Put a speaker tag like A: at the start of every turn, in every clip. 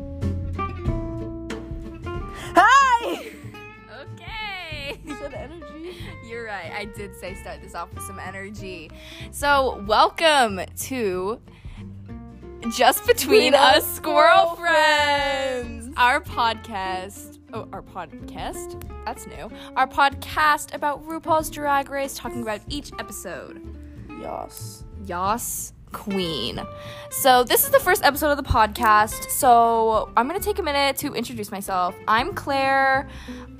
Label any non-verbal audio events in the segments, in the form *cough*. A: *laughs* did say start this off with some energy. So, welcome to Just Between,
B: Between
A: Us,
B: Us
A: Squirrel
B: Squirrel
A: Friends, our podcast. Oh, our podcast? That's new. Our podcast about RuPaul's Drag Race, talking about each episode.
B: Yas.
A: Yas Queen. So, this is the first episode of the podcast. So, I'm going to take a minute to introduce myself. I'm Claire.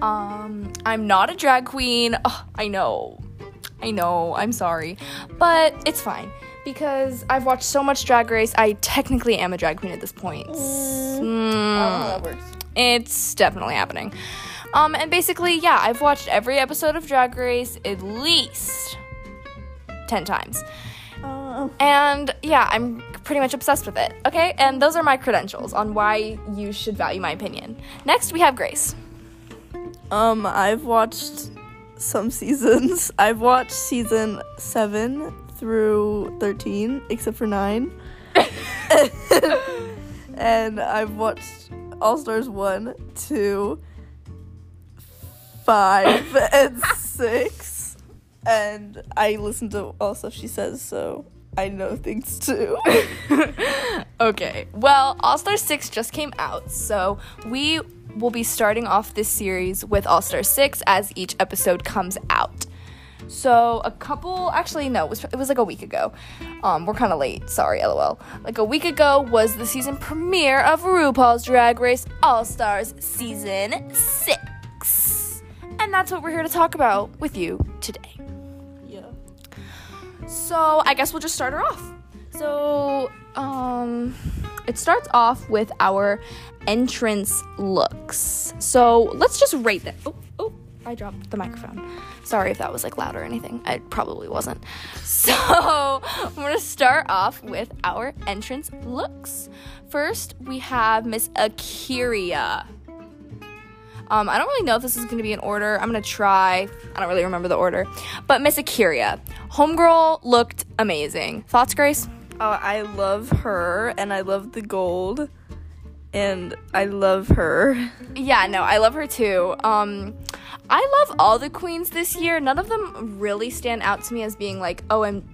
A: Um, I'm not a drag queen. Ugh, I know. I know. I'm sorry. But it's fine because I've watched so much Drag Race. I technically am a drag queen at this point. Mm.
B: I don't know how that works.
A: It's definitely happening. Um, and basically, yeah, I've watched every episode of Drag Race at least 10 times.
B: Um,
A: And yeah, I'm pretty much obsessed with it. Okay? And those are my credentials on why you should value my opinion. Next, we have Grace.
B: um, I've watched some seasons. *laughs* I've watched season seven through thirteen, except for nine. *laughs* and I've watched All Stars one, two, five, *laughs* and six. And I listen to all stuff she says, so I know things too.
A: okay. Well, All Star 6 just came out, so we will be starting off this series with All Star 6 as each episode comes out. So, a couple, actually, no, it was, it was like a week ago. Um, we're kind of late, sorry, lol. Like a week ago was the season premiere of RuPaul's Drag Race All Stars Season 6. And that's what we're here to talk about with you today.
B: *laughs* yeah.
A: So I guess we'll just start her off. So um, it starts off with our entrance looks. So let's just rate them. Oh, oh, I dropped the microphone. Sorry if that was like loud or anything. It probably wasn't. *laughs* So I'm gonna start off with our entrance looks. First, we have Miss Akiria. Um, I don't really know if this is going to be in order. I'm going to try. I don't really remember the order. But Miss Akiria. Homegirl looked amazing. Thoughts, Grace?
B: Uh, I love her, and I love the gold, and I love her.
A: Yeah, no, I love her too. Um, I love all the queens this year. None of them really stand out to me as being like, oh, I'm.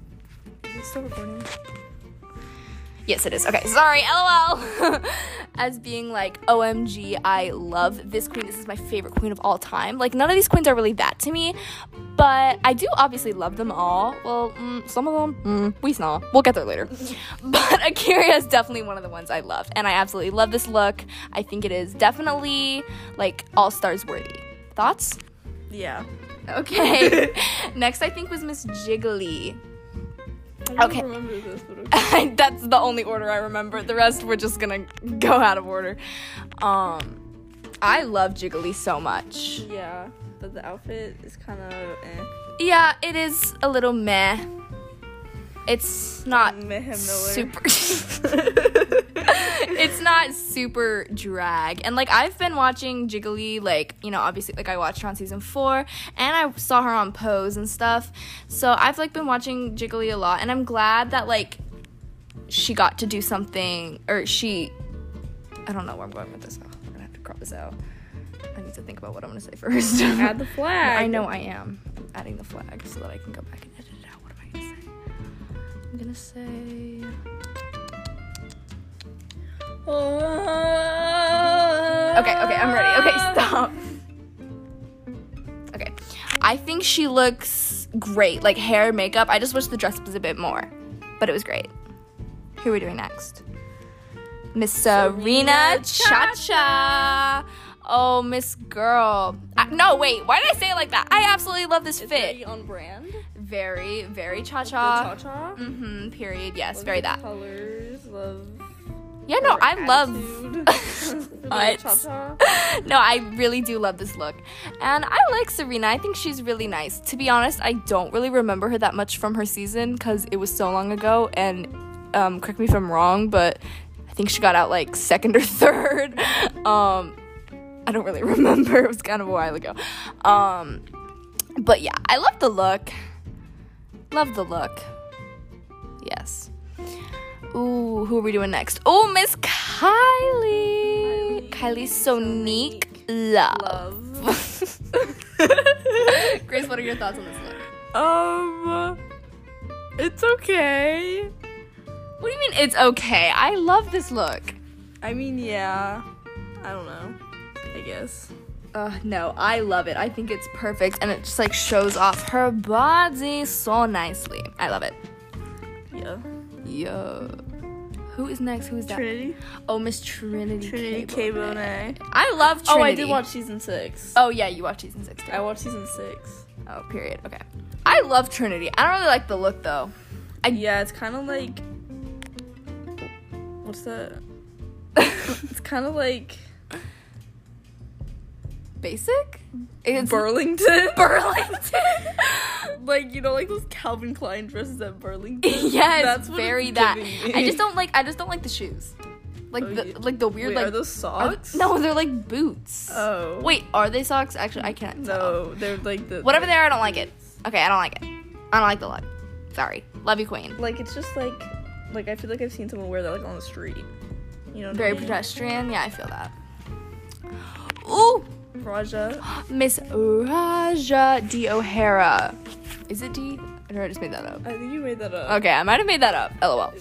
A: Is it still recording? Yes, it is. Okay, sorry, lol. *laughs* as being like, OMG, I love this queen. This is my favorite queen of all time. Like, none of these queens are really that to me, but I do obviously love them all. Well, mm, some of them, mm, we snall. We'll get there later. *laughs* but Akira is definitely one of the ones I love, and I absolutely love this look. I think it is definitely like all stars worthy. Thoughts?
B: Yeah.
A: Okay. Next, I think was Miss Jiggly.
B: I
A: Okay.
B: remember this, but
A: *laughs* That's the only order I remember. The rest we're just gonna go out of order. Um, I love Jiggly so much.
B: Yeah, but the outfit is kind of eh.
A: Yeah, it is a little meh. It's not
B: Meh Miller.
A: super. *laughs* it's not super drag, and like I've been watching Jiggly, like you know, obviously, like I watched her on season four, and I saw her on Pose and stuff. So I've like been watching Jiggly a lot, and I'm glad that like she got to do something, or she. I don't know where I'm going with this. Oh, I'm gonna have to crop this out. I need to think about what I'm gonna say first.
B: *laughs* Add
A: *laughs*
B: the flag.
A: I know I am. I'm adding the flag so that I can go back and edit it out. What am I gonna say? I'm gonna say.
B: Oh.
A: Okay, okay, I'm ready. Okay, stop. Okay. I think she looks great. Like hair, makeup. I just wish the dress was a bit more. But it was great. Who are we doing next? Miss Serena Cha Cha. Oh, Miss Girl. I, no, wait. Why did I say it like that? I absolutely love this fit.
B: Pretty on brand.
A: Very, very cha
B: Cha
A: cha.
B: cha.
A: Mm-hmm. Period. Yes, very that.
B: Colors. Love.
A: Yeah, no,
B: her
A: I *laughs*
B: attitude.
A: love.
B: Cha cha.
A: *laughs* no, I really do love this look. And I like Serena. I think she's really nice. To be honest, I don't really remember her that much from her season because it was so long ago. And um, correct me if I'm wrong, but I think she got out like second or *laughs* third. um, I don't really *laughs* remember. It was kind of a while ago. Um, but yeah, I love the look. Love the look. Yes. Ooh, who are we doing next? Oh, Miss Kylie.
B: Kylie
A: Kylie's so neat. Love.
B: Love.
A: *laughs* Grace, what are your thoughts on this look?
B: Um, it's okay.
A: What do you mean it's okay? I love this look.
B: I mean, yeah. I don't know. I guess.
A: Uh, no, I love it. I think it's perfect and it just like shows off her body so nicely. I love it.
B: Yeah.
A: Yo. Who is next? Who is that?
B: Trinity.
A: Oh, Miss Trinity.
B: Trinity K.
A: K. Bonet.
B: Bonet.
A: I love Trinity.
B: Oh, I did watch season six.
A: Oh yeah, you watched season six. Too.
B: I watched season six.
A: Oh, period. Okay. I love Trinity. I don't really like the look though.
B: Yeah, it's kind of like. What's
A: *laughs*
B: that? It's kind of like
A: Basic? It's *laughs*
B: Burlington.
A: Burlington.
B: like you know, like those Calvin Klein dresses at Burlington.
A: *laughs* *laughs* yes,
B: That's what
A: very
B: it's
A: that.
B: giving
A: I
B: me.
A: just don't like. I just don't like the shoes. Like
B: Oh,
A: the
B: you-
A: like the weird
B: Wait,
A: like
B: are those
A: are-
B: socks?
A: no, they're like boots.
B: Oh.
A: Wait, are they socks? Actually, I can't. tell.
B: No, they're like the
A: Whatever they are, I don't like it. Okay, I don't like it. I don't like the look. Sorry. Love you, Queen.
B: Like it's just like, like I feel like I've seen someone wear that like on the street. You know. what I
A: Very
B: mean?
A: pedestrian. Yeah, I feel that. Ooh,
B: Raja.
A: Miss Raja D O'Hara. Is it D? Or I just made that up.
B: I think you made that up.
A: Okay, I might have made that up. LOL.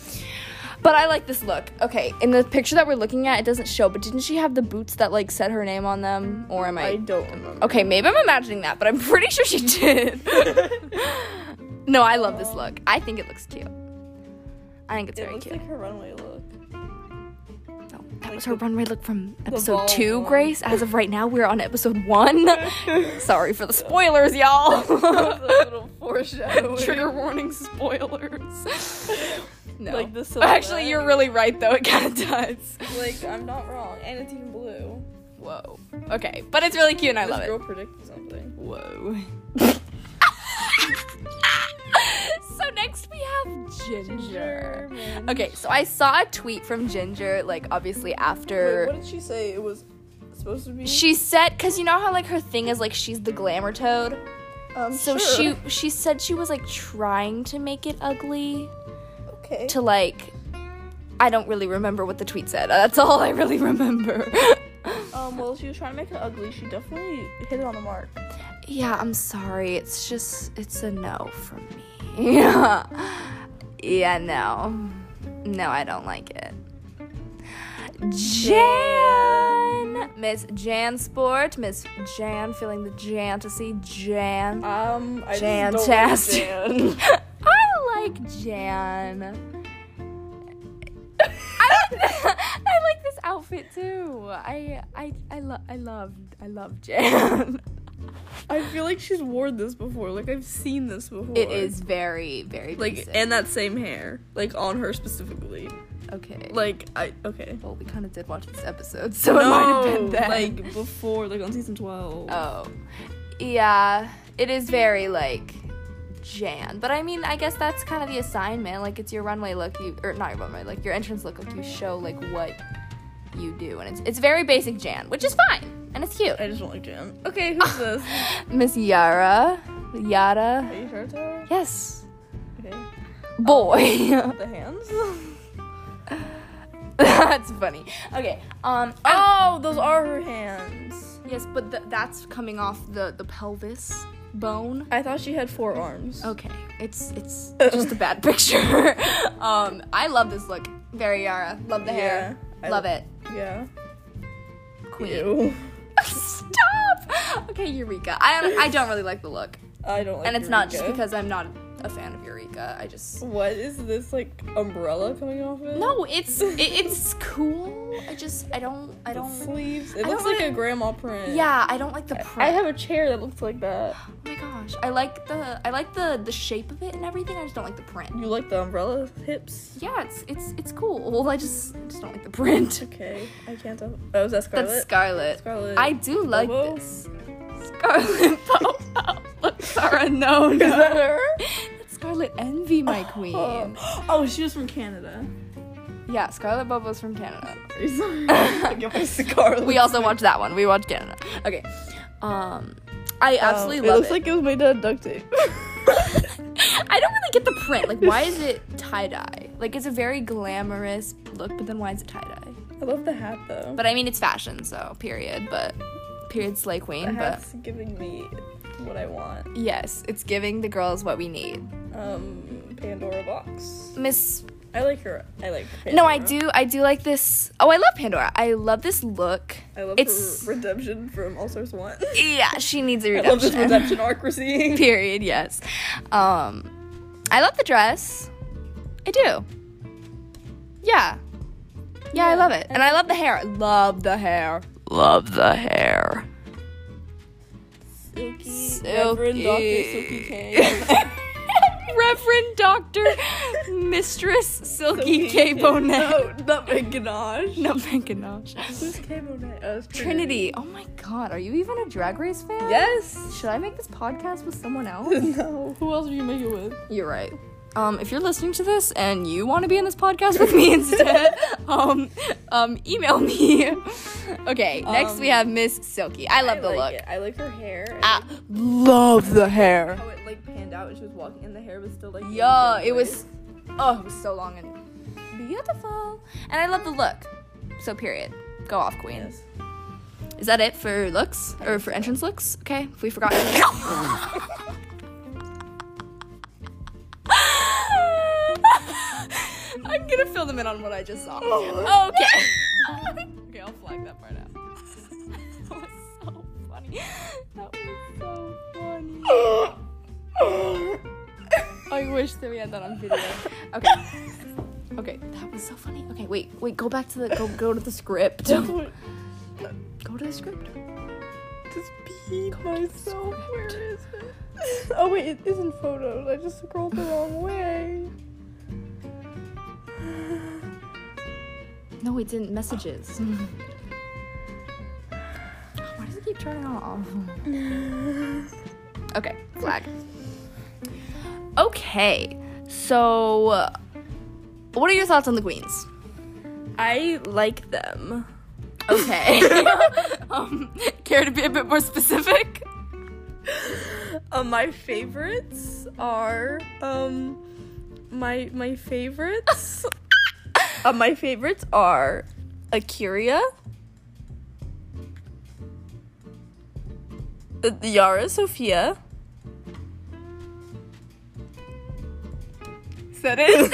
A: But I like this look. Okay, in the picture that we're looking at, it doesn't show, but didn't she have the boots that like said her name on them? Or am I?
B: I don't remember. *laughs*
A: Okay, maybe I'm imagining that, but I'm pretty sure she did. *laughs* no, I love this look. I think it looks cute. I think it's
B: It
A: very
B: looks
A: cute.
B: like her runway
A: *laughs*
B: look. *laughs*
A: No, that was her runway look from episode
B: ball
A: two,
B: one.
A: Grace. As of right now, we're on episode one. *laughs* Sorry for the spoilers,
B: *laughs*
A: y'all. *laughs*
B: little foreshadowing.
A: Trigger warning spoilers. No.
B: Like the silhouette.
A: *laughs* Actually, you're really right though. It kind of does.
B: *laughs* Like I'm not wrong, and it's even blue.
A: Whoa. Okay, but it's really cute and I
B: this
A: love
B: girl
A: it.
B: predicted something.
A: Whoa. so next we have Ginger.
B: German.
A: *laughs* Okay, so I saw a tweet from Ginger, like obviously
B: Wait,
A: after.
B: what did she say? It was supposed to be.
A: she said, because you know how like her thing is like she's the glamour toad.
B: Um,
A: So
B: sure.
A: she she said she was like trying to make it ugly,
B: Okay.
A: to like I don't really remember what the tweet said. Uh, That's all I really *laughs* remember.
B: um. Well, she was trying to make it ugly. She definitely hit it on the mark.
A: yeah, I'm sorry. It's just it's a no from me. *laughs* Yeah. Yeah, no. No, I don't like it. Jan, Miss Jan Sport, Miss Jan, feeling the jantasy, Jan.
B: Um. I
A: Jan
B: just don't *laughs*
A: Chast.
B: understand.
A: *laughs* I like Jan. I, *laughs* I like this outfit too. I I I love I love I love Jan.
B: I feel like she's worn this before. Like I've seen this before.
A: *laughs* It is very very
B: Like
A: basic.
B: and that same hair, like on her specifically.
A: okay.
B: Like I okay.
A: well, we kind of did watch this episode, so it might have been that.
B: like before, like on season twelve.
A: oh, yeah. It is very like Jan, but I mean, I guess that's kind of the assignment. Like, it's your runway look, you or not your runway, like your entrance look. Like, you show like what you do, and it's it's very basic Jan, which is fine, and it's cute. Ah,
B: I just don't like Jan.
A: *laughs*
B: Okay, who's this?
A: Miss Yara. Yara.
B: Are you sure it's her?
A: Yes.
B: Okay.
A: Boy. *laughs*
B: The hands?
A: that's funny. Okay. Um oh,
B: Oh, those are her hands.
A: yes, but th- that's coming off the the pelvis bone.
B: I thought she had four arms.
A: Okay. It's it's just a bad *laughs* picture. um I love this look. Very Yara. Love the hair.
B: Yeah, I
A: love
B: lo-
A: it.
B: Yeah.
A: Queen.
B: Ew.
A: *laughs* Stop. Okay, Eureka. I I don't really like the look.
B: *laughs* I don't like
A: And it's not just
B: Eureka.
A: because I'm not a fan of Eureka. I just
B: What is this like umbrella coming off it?
A: *laughs* No, it's it, it's cool. I just I don't I
B: The
A: don't
B: sleeves. It
A: I
B: looks
A: don't
B: like
A: really-
B: a grandma print.
A: Yeah, I don't like the
B: I
A: print.
B: have a chair that looks like that.
A: oh my gosh, I like the I like the the shape of it and everything. I just don't like the print.
B: You like the umbrella hips?
A: Yeah, it's it's it's cool. Well, I just I just don't like the print.
B: Okay, I can't tell. Oh, is that Scarlet?
A: That's Scarlet.
B: Scarlet.
A: I do like
B: Bobo?
A: this. Scarlet *laughs* Bobo. Look, Sarah, no, no.
B: Is that her?
A: It's Scarlet Envy, my queen.
B: Oh, oh, she was from *laughs* Canada.
A: Yeah, Scarlet Bobo's from Canada. *laughs*
B: I get my Scarlet.
A: We also watched that one. We watched Canada. Okay. Um, I absolutely
B: Oh, it
A: love
B: looks like *laughs* it was made out of duct tape.
A: *laughs* I don't really get the print. Like, why is it tie dye? Like, it's a very glamorous look, but then why is it tie dye?
B: I love the hat though.
A: But I mean, it's fashion, so period. But period, slay
B: the
A: queen. But
B: hat's giving me what I want.
A: Yes, it's giving the girls what we need.
B: Um, Pandora box.
A: Miss
B: I like her. I like. Pandora.
A: No, I do. I do like this. Oh, I love Pandora. I love this look.
B: I love
A: it's-
B: her redemption from All Stars One.
A: *laughs* Yeah, she needs a
B: I love
A: redemption.
B: this redemption arc we're seeing.
A: *laughs* Period. Yes. Um, I love the dress. I do. Yeah. Yeah, I
B: Yeah,
A: love it,
B: I
A: and I love the hair. I Love the hair. Love the hair.
B: Silky,
A: Reverend Dr. Silky *laughs* Reverend Doctor Mistress
B: *laughs*
A: Silky K Bonet.
B: No, nutmeg Oh, ganache. *laughs*
A: No, Mankinosh.
B: Who's K Bonet? Uh, it's
A: Trinity. Oh my God, are you even a Drag Race fan?
B: Yes.
A: Should I make this podcast with someone else?
B: *laughs*
A: *laughs*
B: no. Who else are you making with?
A: You're right. Um, if you're listening to this and you want to be in this podcast
B: *laughs*
A: with me instead, um, um, email me. *laughs* okay, next we have Miss Silky. I love the
B: like
A: look.
B: It. Um,
A: Ah.
B: I like her hair.
A: I love the hair.
B: How it like panned out when she was walking, and the hair was still like. in
A: Yeah,
B: the
A: it was.
B: place.
A: Oh, it was so long and beautiful. And I love the look. So period. Go off, queen.
B: Yes.
A: Is that it for looks or for entrance looks? Okay, if we forgot. I'm gonna fill them in on what I just saw. Okay. okay, I'll flag that part out. *laughs* That was so funny. That was so funny.
B: *laughs*
A: I wish that we had that on video. Okay. Okay, that was so funny. Okay, wait, wait, go back to the go go to the script. go to the script.
B: just peed myself. Where is it? *laughs* Oh wait, it isn't photos. I just scrolled the wrong way.
A: No, it didn't. *laughs* Messages. Why does it keep turning off? *laughs* okay, flag. Okay, so uh, what are your thoughts on the queens?
B: I like them.
A: *laughs* Okay. um, care to be a bit more specific?
B: Um, my favorites are um, my my *laughs* favorites. uh, my favorites are Akira, uh, Yara Sophia. Is that it?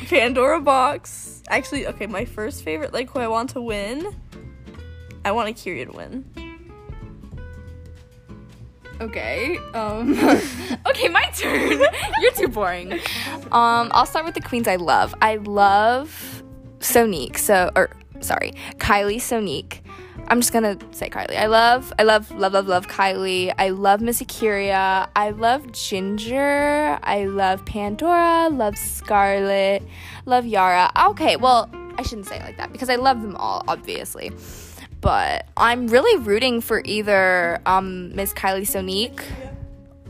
B: *laughs* Pandora box. Actually, okay, my first favorite, like who I want to win. I want Akira to win.
A: Okay. Um, *laughs* okay, my turn. *laughs* You're too boring. Um, I'll start with the queens I love. I love Sonique. So, or sorry, Kylie Sonique. I'm just gonna say Kylie. I love, I love, love, love, love Kylie. I love Miss Akira. I love Ginger. I love Pandora. Love Scarlet. Love Yara. Okay, well, I shouldn't say it like that because I love them all, obviously but I'm really rooting for either um, Miss Kylie Sonique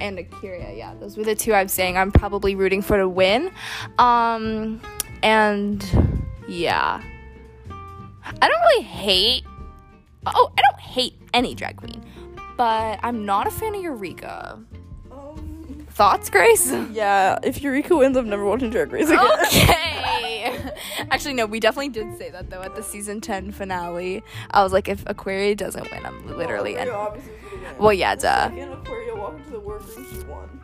A: and Akira. Yeah, those were the two I'm saying I'm probably rooting for to win. Um, and yeah, I don't really hate. Oh, I don't hate any drag queen, but I'm not a fan of Eureka.
B: Um,
A: Thoughts, Grace?
B: Yeah, if Eureka wins, I'm never watching Drag Race again.
A: Oh, *laughs* okay. Actually, no, we definitely did say that though at the season 10 finale. I was like, if Aquaria doesn't win, I'm
B: Oh
A: literally. end- Well, yeah, duh.
B: Again, Aquaria walked into the workroom. She won.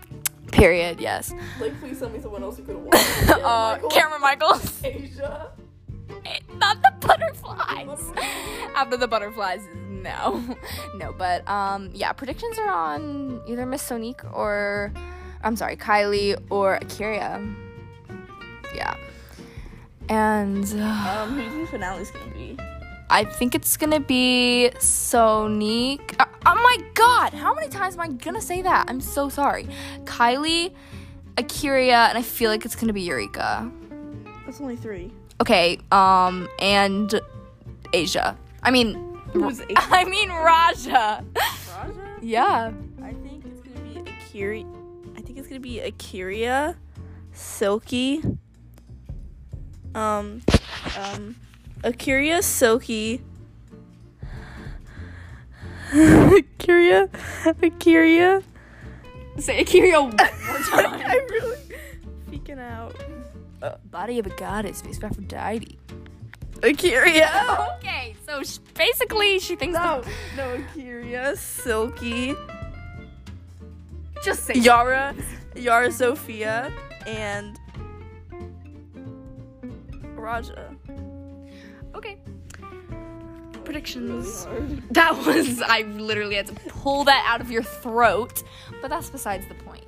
A: Period, yes.
B: Like, please tell me someone else who could have won.
A: Uh, Cameron Michaels.
B: Asia.
A: Not the butterflies. *laughs* After the butterflies, no. *laughs* No, but um, yeah, predictions are on either Miss Sonique or, I'm sorry, Kylie or Akira. Yeah. And uh,
B: Um, who do you think the finale's gonna be?
A: I think it's gonna be Sonique. Uh, oh my god, how many times am I gonna say that? I'm so sorry. Kylie, Akira, and I feel like it's gonna be Eureka.
B: That's only three.
A: Okay, um, and Asia. I mean,
B: Who's Asia?
A: I mean Raja.
B: Raja?
A: yeah.
B: I think it's gonna be Akira. I think it's gonna be Akira, Silky. Um, um, Akira, Silky. *laughs* Akira, Akira.
A: Say Akira one *laughs*
B: I'm really freaking out.
A: Body of a goddess, face of Aphrodite.
B: Akira.
A: Okay, so sh basically she thinks.
B: No, no, Akira, Silky,
A: Just say
B: Yara, Yara Sophia, and Raja.
A: Okay. Predictions. That *laughs* was I literally had to pull that out of your throat, but that's besides the point.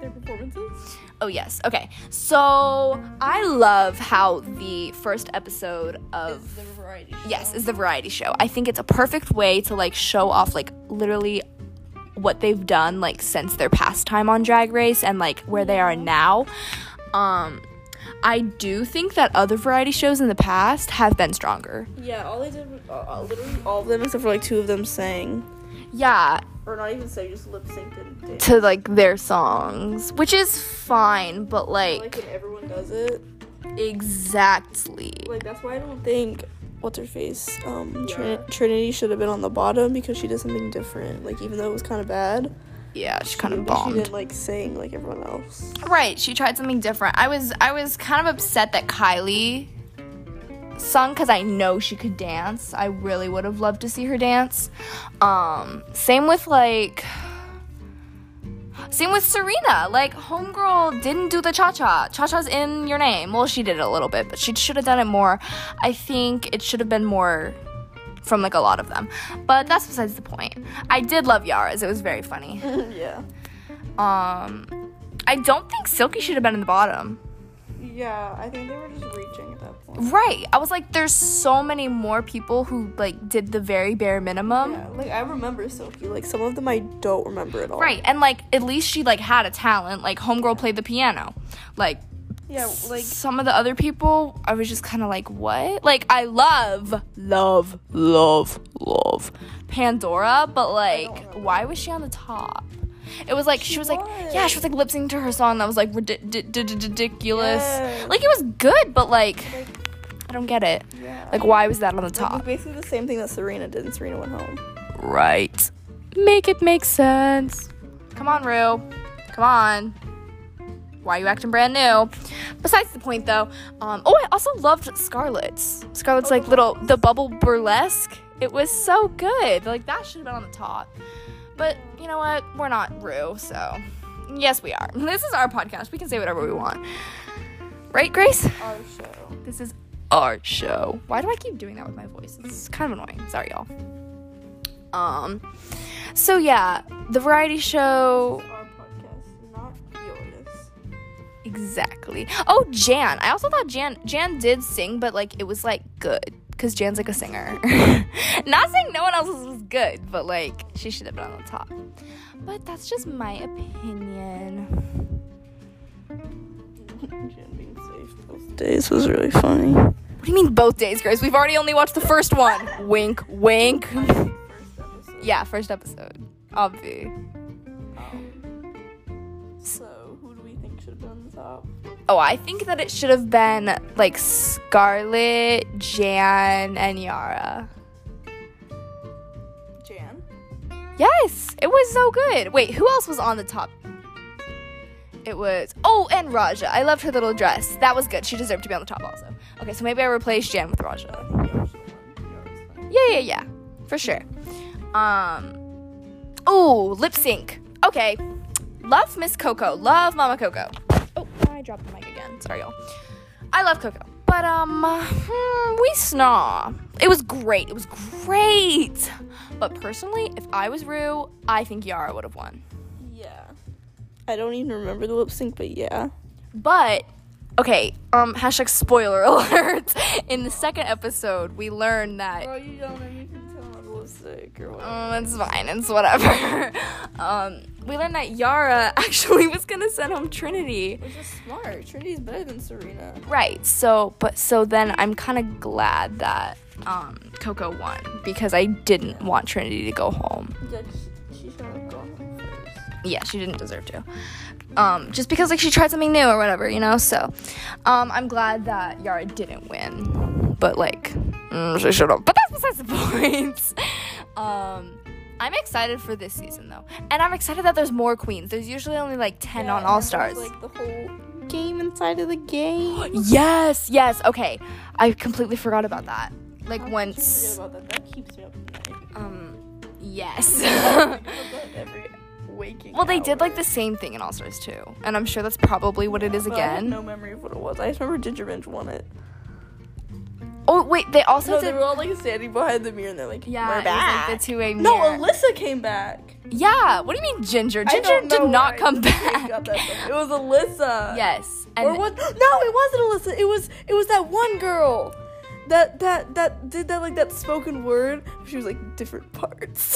B: Their performances?
A: Oh yes. Okay. So I love how the first episode of
B: The variety.
A: yes is the variety show i think it's a perfect way to like show off like literally what they've done like since their past time on drag race and like where they are now um i do think that other variety shows in the past have been stronger
B: Yeah, all they did was uh, uh, literally all of them except for like two of them sang.
A: yeah
B: Or not even sang, just lip synced and danced.
A: to like their songs which is fine but
B: Like
A: like
B: when everyone does it.
A: exactly
B: Like that's why I don't think what's her face? Um Trin- Trinity should have been on the bottom because she did something different. Like even though it was kinda bad.
A: yeah she kind of
B: but She
A: bombed
B: didn't like sing like everyone else.
A: Right, she tried something different. I was I was kind of upset that Kylie sung cuz I know she could dance. I really would have loved to see her dance. Um same with like same with Serena. Like homegirl didn't do the cha-cha. Cha-cha's in your name. Well, she did it a little bit, but she should have done it more. I think it should have been more from like a lot of them. But that's besides the point. I did love Yara's. It was very funny.
B: *laughs* yeah.
A: Um, I don't think Silky should have been in the bottom.
B: Yeah, I think they were just reaching at that point.
A: Right. I was like, there's so many more people who like did the very bare minimum.
B: Yeah, like I remember Silky. Like some of them I don't remember at all.
A: Right. And like, at least she like had a talent. Like, homegirl played the piano. Like,
B: Yeah, like
A: some of the other people, I was just kind of like, what? Like, I love, love, love, love Pandora, but like, why was she on the top? It was like she, was, like,
B: was.
A: yeah, she was like lip syncing to her song that was like ridi- di- di- di- ridiculous.
B: Yes.
A: Like it was good, but like, I don't get it.
B: yeah.
A: Like, why was that on the
B: It was
A: top?
B: basically the same thing that Serena did, and Serena went home.
A: Right. Make it make sense. Come on, Rue. Come on. Why are you acting brand new? Besides the point, though. Um, oh, I also loved Scarlett's. Scarlett's like little the bubble burlesque. It was so good. Like that should have been on the top. But you know what? We're not Rue, so yes, we are. *laughs* This is our podcast. We can say whatever we want, right, Grace?
B: Our show.
A: This is our show. Why do I keep doing that with my voice? It's kind of annoying. Sorry, y'all. Um, so yeah, the variety show.
B: Our podcast, not *laughs* yours.
A: Exactly. Oh, Jan. I also thought Jan Jan did sing, but like it was like good because Jan's like a singer. *laughs* Not saying no one else's was good, but like she should have been on the top. But that's just my opinion.
B: Jan being safe those days was really funny.
A: What do you mean both days, Grace? We've already only watched the first one. wink, wink.
B: First episode.
A: yeah, first episode. Obvi.
B: Um, So who do we think should have been on the top?
A: Oh, I think that it should have been like Scarlet, Jan, and Yara.
B: Jan.
A: Yes, it was so good. Wait, who else was on the top? It was oh, and Raja. I loved her little dress. That was good. She deserved to be on the top also. Okay, so maybe I replaced Jan with Raja. Yeah, yeah, yeah, for sure. Um, oh, lip sync. Okay, love Miss Coco. Love Mama Coco. Oh, I dropped the mic again. Sorry, y'all. I love Coco, but um, hmm, we snaw. It was great. It was great. But personally, if I was Rue, I think Yara would have won.
B: Yeah. I don't even remember the lip sync, but yeah.
A: But okay, um, hashtag spoiler *laughs* alert. In the second episode, we learned that
B: you don't know. You can tell on the lip sync or whatever.
A: Um, it's fine. It's whatever. *laughs* um, we learned that Yara *laughs* actually was gonna send home Trinity.
B: Which is smart. Trinity's better than Serena.
A: Right. So, but so then I'm kind of glad that um Coco won because I didn't want Trinity to go home.
B: Yeah, she, she should have gone home first.
A: Yeah, she didn't deserve to. Um, just because like she tried something new or whatever, you know. So, um, I'm glad that Yara didn't win, but like mm, she should have. But that's besides the *laughs* point. um, I'm excited for this season though, and I'm excited that there's more queens. There's usually only like ten
B: Yeah,
A: on All
B: there's,
A: Stars.
B: Like the whole game inside of the *gasps* game.
A: yes, yes. Okay, I completely forgot about that. Like
B: How could you
A: once,
B: forget about that? That keeps me up at night.
A: um, yes. *laughs*
B: I think about that every waking.
A: Well, they did like the
B: hours.
A: same thing in All Stars 2, and I'm sure that's probably what it is
B: But I have
A: again.
B: no memory of what it was. I just remember Ginger Minge won it.
A: Oh wait, they also
B: So they
A: did.
B: were all like standing behind the mirror and they're like,
A: yeah,
B: we're
A: it was,
B: back.
A: like the two-way mirror.
B: no, Alyssa came back.
A: Yeah. What do you mean, Ginger?
B: I
A: Ginger
B: don't know
A: did not
B: where I
A: come
B: got
A: back.
B: that from. It was Alyssa.
A: *laughs* yes.
B: Or
A: And *gasps*
B: was no? It wasn't Alyssa. It was it was that one girl. That that that did that like that spoken word. She was like different parts.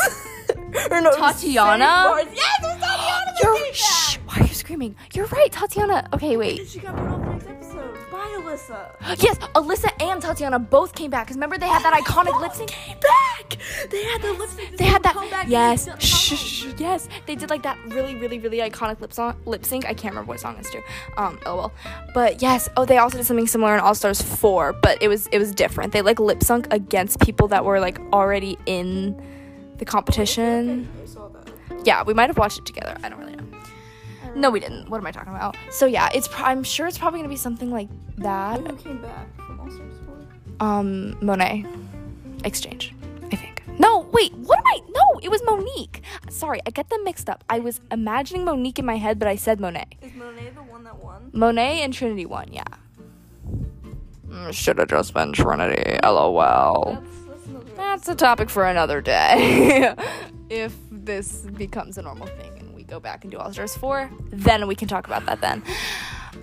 B: *laughs* or no, it was same
A: Tatiana?
B: parts. Yes, it was Tatiana.
A: *gasps*
B: that came
A: you're
B: back.
A: shh. Why are you screaming? You're right, Tatiana. Okay, wait. *gasps*
B: She got put on the next episode. Bye, Alyssa. *laughs*
A: Yes, Alyssa and Tatiana both came back. Cause remember they had that iconic lip sync.
B: Came back. They had the lip sync.
A: They had that.
B: Comeback
A: yes.
B: and-
A: Shh, "Oh, shh, shh, Yes. They did like that really, really, really iconic lip song, lip sync. I can't remember what song it's to. Um. Oh well. But yes. Oh, they also did something similar in All Stars Four, but it was it was different. They like lip sunk against people that were like already in the competition.
B: I saw that.
A: Yeah, we might have watched it together. I don't really know. No, we didn't. What am I talking about? So yeah, it's. Pro- I'm sure it's probably gonna be something like that.
B: Who came back from All Stars Four?
A: um Monet exchange, I think. No, wait, what am I? No, it was Monique. Sorry, I get them mixed up. I was imagining Monique in my head, but I said Monet.
B: Is Monet the one that won?
A: Monet and Trinity won, yeah. Should have just been Trinity, lol.
B: That's that's another.
A: That's a topic for another day. *laughs* if this becomes a normal thing and we go back and do All Stars 4, then we can talk about that then.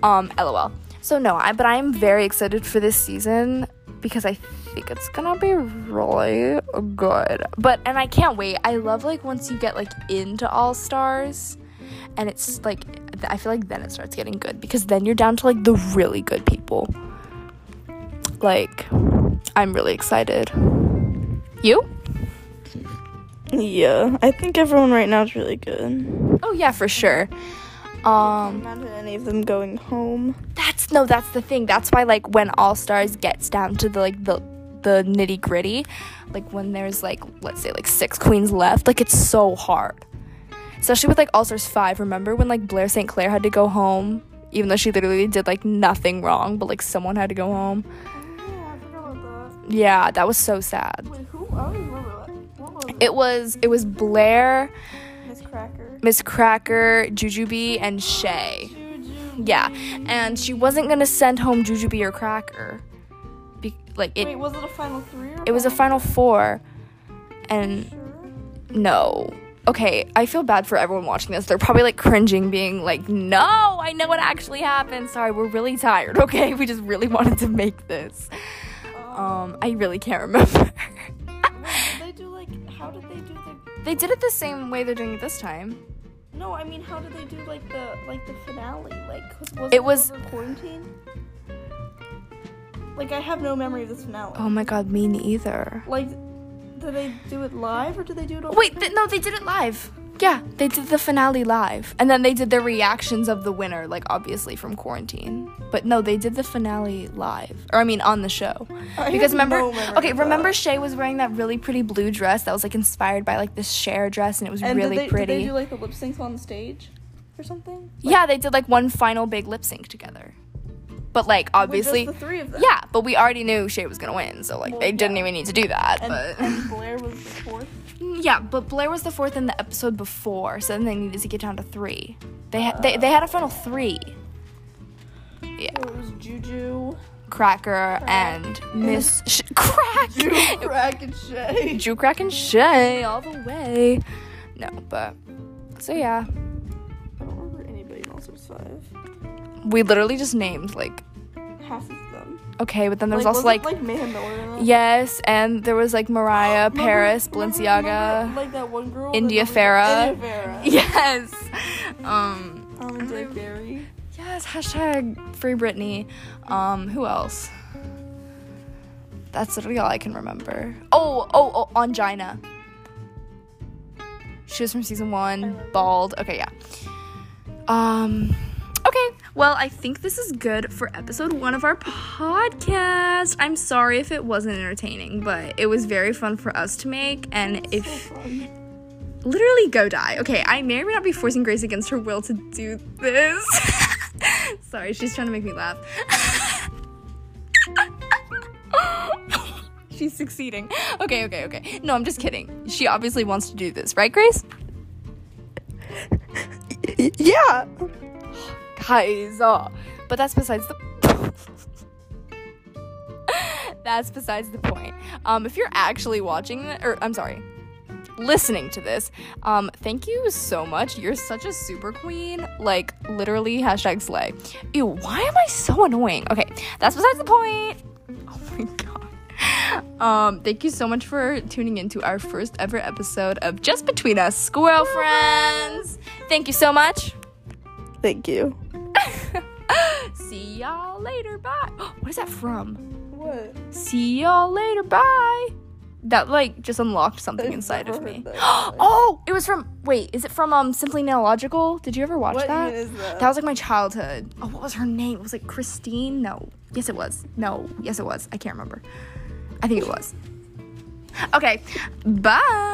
A: Um, lol. So no, I but I'm very excited for this season because I think it's gonna be really good. But and I can't wait. I love like once you get like into All Stars and it's like th- I feel like then it starts getting good because then you're down to like the really good people. Like I'm really excited. You?
B: Yeah, I think everyone right now is really good.
A: Oh yeah, for sure. Um
B: Imagine any of them going home.
A: that's no, that's the thing. That's why like when All Stars gets down to the like the the nitty gritty, like when there's like let's say like six queens left, like it's so hard. Especially with like All Stars five. Remember when like Blair St. Clair had to go home, even though she literally did like nothing wrong, but like someone had to go home.
B: Oh, Yeah, I forgot about
A: Yeah, that was so sad.
B: that. Wait, who? I don't even remember that. What was it?
A: It was it was Blair,
B: Miss Cracker.
A: Miss Cracker, Jujubee, and Shay. Yeah, and she wasn't gonna send home Jujubee or Cracker, Be- like it.
B: Wait, was it a final three? Or
A: It was a final four, and
B: Sure.
A: no. Okay, I feel bad for everyone watching this. They're probably like cringing, being like, "No, I know what actually happened." Sorry, we're really tired. *laughs* Okay, we just really wanted to make this. Um, I really can't remember. *laughs*
B: Did they do like? How did they do the?
A: they did it the same way they're doing it this time.
B: No, I mean, how did they do like the like the finale? Like, 'cause was
A: It was-
B: over quarantine. Like, I have no memory of this finale.
A: Oh my god, me neither.
B: Like, did they do it live or did they do it? over-
A: Wait, th- no, they did it live. Yeah, they did the finale live. And then they did their reactions of the winner, like obviously from quarantine. But no, they did the finale live. Or I mean on the show.
B: I
A: because
B: have
A: remember
B: no memory
A: Okay,
B: of that.
A: remember Shay was wearing that really pretty blue dress that was like inspired by like this Cher dress and it was
B: And
A: really
B: did they,
A: pretty.
B: Did they do like the lip syncs on the stage or something?
A: yeah, they did like one final big lip sync together. But like
B: With just
A: obviously
B: the three of them.
A: Yeah, but we already knew Shay was gonna win, so like
B: Well,
A: they didn't
B: yeah.
A: even need to do that.
B: And,
A: but *laughs*
B: and Blair was the fourth.
A: Yeah, but Blair was the fourth in the episode before, so then they needed to get down to three. They ha- they, they had a final three. Yeah,
B: So it was
A: *laughs*
B: Juju,
A: Cracker and Miss Sh- *laughs* Crack.
B: Juju, Crack, and Shay.
A: Jew Crack and Shay all the way. No, but so yeah,
B: I don't remember anybody in All Stars Five.
A: we literally just named like
B: Half of them.
A: okay, but then there was
B: like,
A: also like,
B: like Mayhem Miller. in that?
A: yes, and there was
B: *gasps*
A: like Mariah,
B: Remember-
A: Paris,
B: remember-
A: Balenciaga.
B: remember, *laughs* like that one girl.
A: India
B: that nobody- India Farah.
A: Yes. Um.
B: Um, and Dave Barry.
A: Yes, hashtag free Britney. Um, who else? That's literally all I can remember. Oh, oh, oh, Angina. She was from season one, bald. Okay, yeah. Um, okay. Well, I think this is good for episode one of our podcast. I'm sorry if it wasn't entertaining, but it was very fun for us to make. And if
B: Fun.
A: literally go die. Okay, I may or may not be forcing Grace against her will to do this. *laughs* Sorry, she's trying to make me laugh. *laughs* she's succeeding. Okay, okay, okay. No, I'm just kidding. She obviously wants to do this, right, Grace?
B: yeah.
A: Guys, uh, but that's besides the. *laughs* that's besides the point. Um, if you're actually watching, th- or I'm sorry, listening to this, um, thank you so much. You're such a super queen. Like literally, hashtag slay. Ew, why am I so annoying? Okay, that's besides the point. *laughs* Oh my god. Um, thank you so much for tuning into our first ever episode of Just Between Us Squirrel Friends. Thank you so much.
B: Thank you.
A: *gasps* See y'all later. Bye. *gasps* What is that from?
B: What?
A: See y'all later. Bye. That like just unlocked something
B: I've
A: inside of
B: never
A: me.
B: heard
A: *gasps*
B: that.
A: oh, it was from. Wait, is it from um Simply Neological? Did you ever watch
B: What
A: that?
B: even is that?
A: That was like my childhood. Oh, what was her name? It was like Christine? No. Yes, it was. *laughs* No. Yes, it was. I can't remember. I think it was. Okay. Bye.